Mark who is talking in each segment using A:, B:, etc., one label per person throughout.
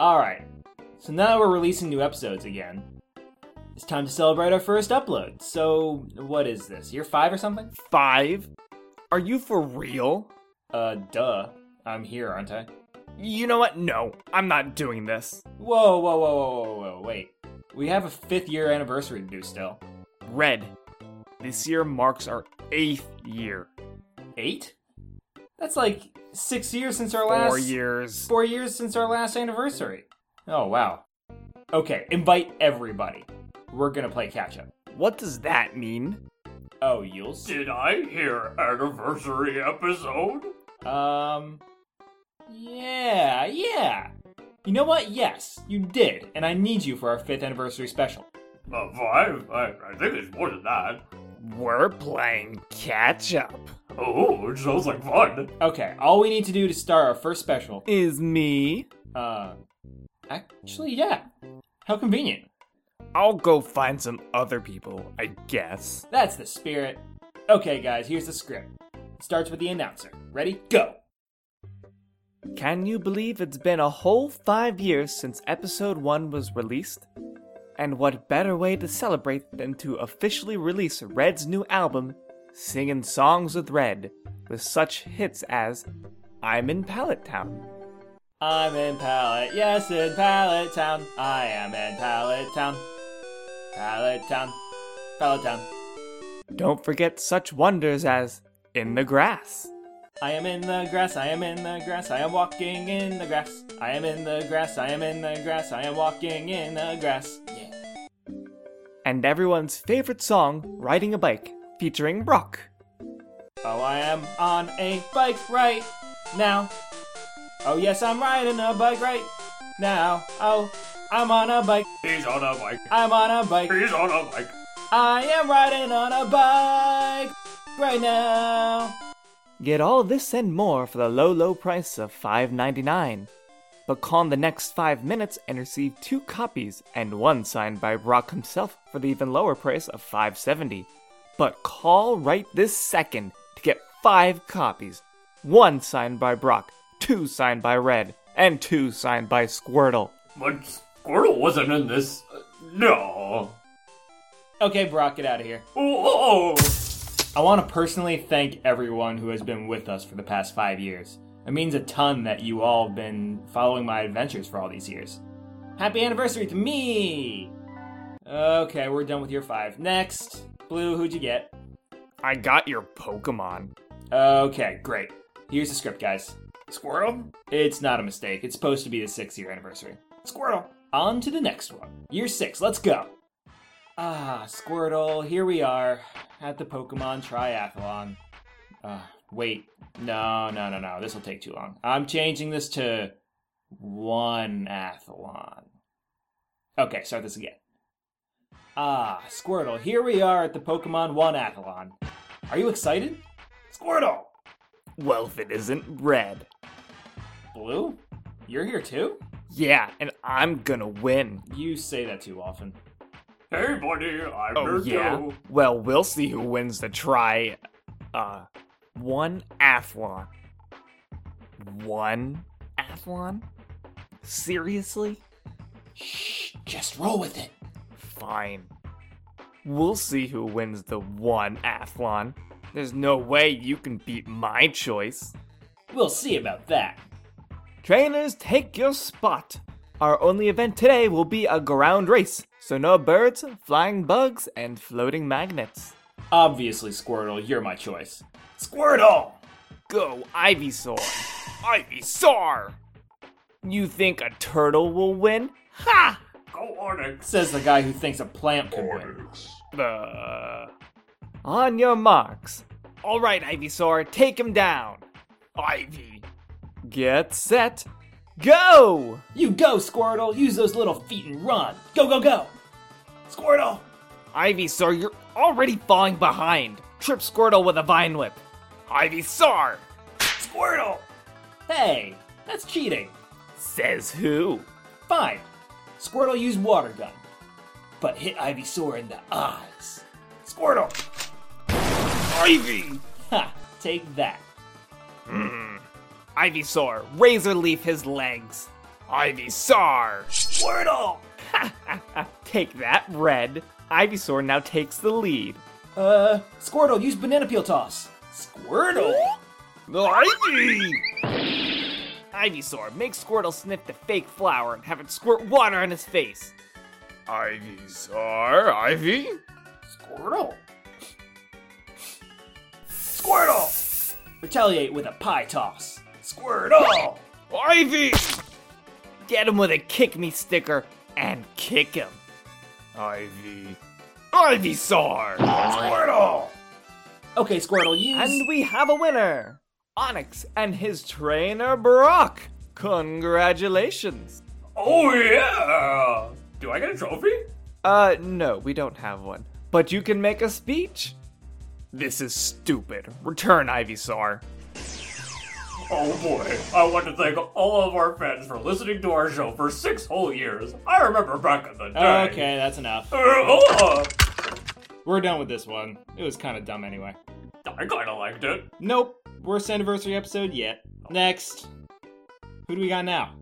A: All right. So now that we're releasing new episodes again, it's time to celebrate our first upload. So what is this? Year five or something?
B: Five? Are you for real?
A: Uh, duh. I'm here, aren't I?
B: You know what? No, I'm not doing this.
A: Whoa, whoa, whoa, whoa, whoa, whoa! Wait. We have a fifth year anniversary to do still.
B: Red. This year marks our eighth year.
A: Eight? That's like six years since our last.
B: Four years.
A: Four years since our last anniversary. Oh wow. Okay, invite everybody. We're gonna play catch up.
B: What does that mean?
A: Oh, you'll see.
C: Did I hear anniversary episode?
A: Um. Yeah, yeah. You know what? Yes, you did, and I need you for our fifth anniversary special.
C: Uh, five? I, I think it's more than that.
B: We're playing catch up.
C: Oh, it sounds like fun.
A: Okay, all we need to do to start our first special.
B: Is me.
A: Uh, actually, yeah. How convenient.
B: I'll go find some other people, I guess.
A: That's the spirit. Okay, guys, here's the script. It starts with the announcer. Ready? Go.
B: Can you believe it's been a whole five years since episode one was released? And what better way to celebrate than to officially release Red's new album, Singin' Songs with Red, with such hits as I'm in Pallet Town,
A: I'm in Pallet, yes, in Pallet Town. I am in Pallet Town. Pallet Town. Pallet Town.
B: Don't forget such wonders as In the Grass,
A: I am in the grass, I am in the grass, I am walking in the grass. I am in the grass, I am in the grass, I am walking in the grass. Yeah.
B: and everyone's favorite song, Riding a Bike, featuring Brock.
A: Oh, I am on a bike right now. Oh, yes, I'm riding a bike right now. Oh, I'm on a bike,
C: He's on a mic.
A: I'm on a bike.
C: He's on a mic.
A: I am riding on a bike right now.
B: Get all this and more for the low, low price of $5.99. But call in the next five minutes and receive two copies and one signed by Brock himself for the even lower price of $5.70. But call right this second to get five copies one signed by Brock, two signed by Red, and two signed by Squirtle.
C: But Squirtle wasn't in this. Uh, No.
A: Okay, Brock, get out of here.
C: Oh, oh, oh.
A: I want to personally thank everyone who has been with us for the past five years. It means a ton that you all have been following my adventures for all these years. Happy anniversary to me! Okay, we're done with year five. Next, Blue, who'd you get?
B: I got your Pokemon.
A: Okay, great. Here's the script, guys.
C: Squirtle?
A: It's not a mistake. It's supposed to be the six year anniversary.
C: Squirtle.
A: On to the next one. Year six, let's go! Ah, Squirtle, here we are at the Pokemon Triathlon. Uh, wait, no, no, no, no, this will take too long. I'm changing this to one athlon. Okay, start this again. Ah, Squirtle, here we are at the Pokemon One Athlon. Are you excited? Squirtle!
B: Well, if it isn't Red.
A: Blue? You're here too?
B: Yeah, and I'm gonna win.
A: You say that too often.
C: Hey, buddy, I'm
B: Oh
C: here
B: yeah.
C: too.
B: Well, we'll see who wins the try. Uh, one athlon. One athlon? Seriously?
A: Shh, just roll with it.
B: Fine. We'll see who wins the one athlon. There's no way you can beat my choice.
A: We'll see about that.
B: Trainers, take your spot. Our only event today will be a ground race, so no birds, flying bugs, and floating magnets.
A: Obviously, Squirtle, you're my choice.
C: Squirtle!
B: Go, Ivysaur! Ivysaur! You think a turtle will win? Ha!
C: Go Onyx.
A: Says the guy who thinks a plant could win.
B: Uh, on your marks. All right, Ivysaur, take him down. Ivy. Get set. Go!
A: You go, Squirtle! Use those little feet and run! Go, go, go! Squirtle!
B: Ivysaur, you're already falling behind. Trip Squirtle with a vine whip. Ivysaur!
A: Squirtle! Hey, that's cheating.
B: Says who?
A: Fine. Squirtle used water gun, but hit Ivysaur in the eyes.
C: Squirtle.
B: Ivy!
A: Ha! Take that.
B: Ivysaur, razor leaf his legs. Ivysaur!
A: Squirtle!
B: Take that, Red. Ivysaur now takes the lead.
A: Uh, Squirtle, use banana peel toss. Squirtle?
B: Ivy! Ivysaur, make Squirtle sniff the fake flower and have it squirt water on his face. Ivysaur, Ivy?
A: Squirtle? Squirtle! Retaliate with a pie toss. Squirtle!
B: Ivy! Get him with a kick me sticker and kick him. Ivy. Ivysaur!
A: Squirtle! Okay, Squirtle, use.
B: And we have a winner! Onyx and his trainer, Brock! Congratulations!
C: Oh yeah! Do I get a trophy?
B: Uh, no, we don't have one. But you can make a speech. This is stupid. Return, Ivysaur.
C: Oh boy, I want to thank all of our fans for listening to our show for six whole years. I remember back in the day.
A: Okay, that's enough.
C: Uh, oh,
A: We're done with this one. It was kind of dumb anyway.
C: uh, I kinda liked it.
A: Nope, worst anniversary episode yet. Next. Who do we got now?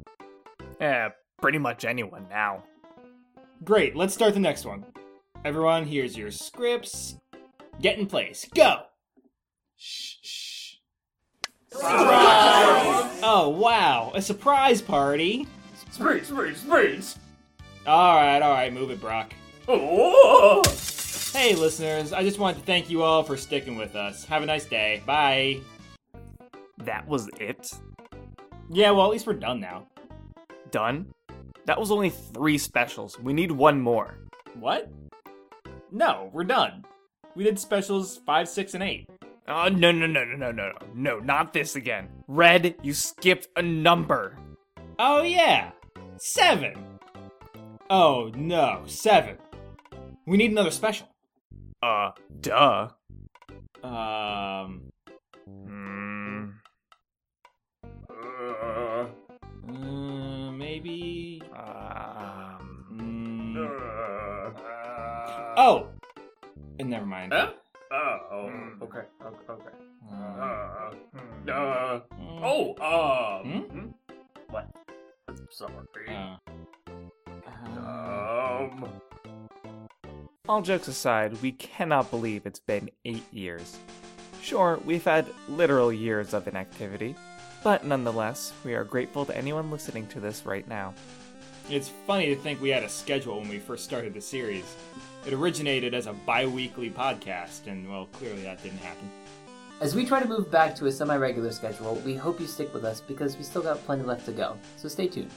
B: Eh, pretty much anyone now.
A: Great, let's start the next one. Everyone, here's your scripts. Get in place. Go! Shh, shh. Surprise! Oh, wow, a surprise party?
C: Speed, speed, speeds.
A: Alright, alright, move it, Brock.
C: Oh,
A: Hey, listeners, I just wanted to thank you all for sticking with us. Have a nice day. Bye.
B: That was it?
A: Yeah, well, at least we're done now.
B: Done? That was only three specials. We need one more.
A: What? No, we're done. We did specials 5, 6, and 8.
B: Oh, no, no, no, no, no, no, no. No, not this again. Red, you skipped a number.
A: Oh, yeah! 7! Oh, no, 7. We need another special.
B: Uh, duh.
A: Um.
B: Hmm.
C: Uh,
A: uh, maybe.
B: Um.
A: Mm,
C: uh,
A: oh! And never mind.
C: Huh? Oh,
B: Hmm.
C: okay, okay, okay.
A: Uh,
C: Uh, uh,
A: mm,
C: oh, uh,
A: Hmm?
C: hmm? what? I'm Sorry.
A: uh,
B: Hmm?
A: uh,
C: Um,
B: All jokes aside, we cannot believe it's been eight years. Sure, we've had literal years of inactivity, but nonetheless, we are grateful to anyone listening to this right now.
A: It's funny to think we had a schedule when we first started the series. It originated as a bi weekly podcast, and well, clearly that didn't happen.
D: As we try to move back to a semi regular schedule, we hope you stick with us because we still got plenty left to go, so stay tuned.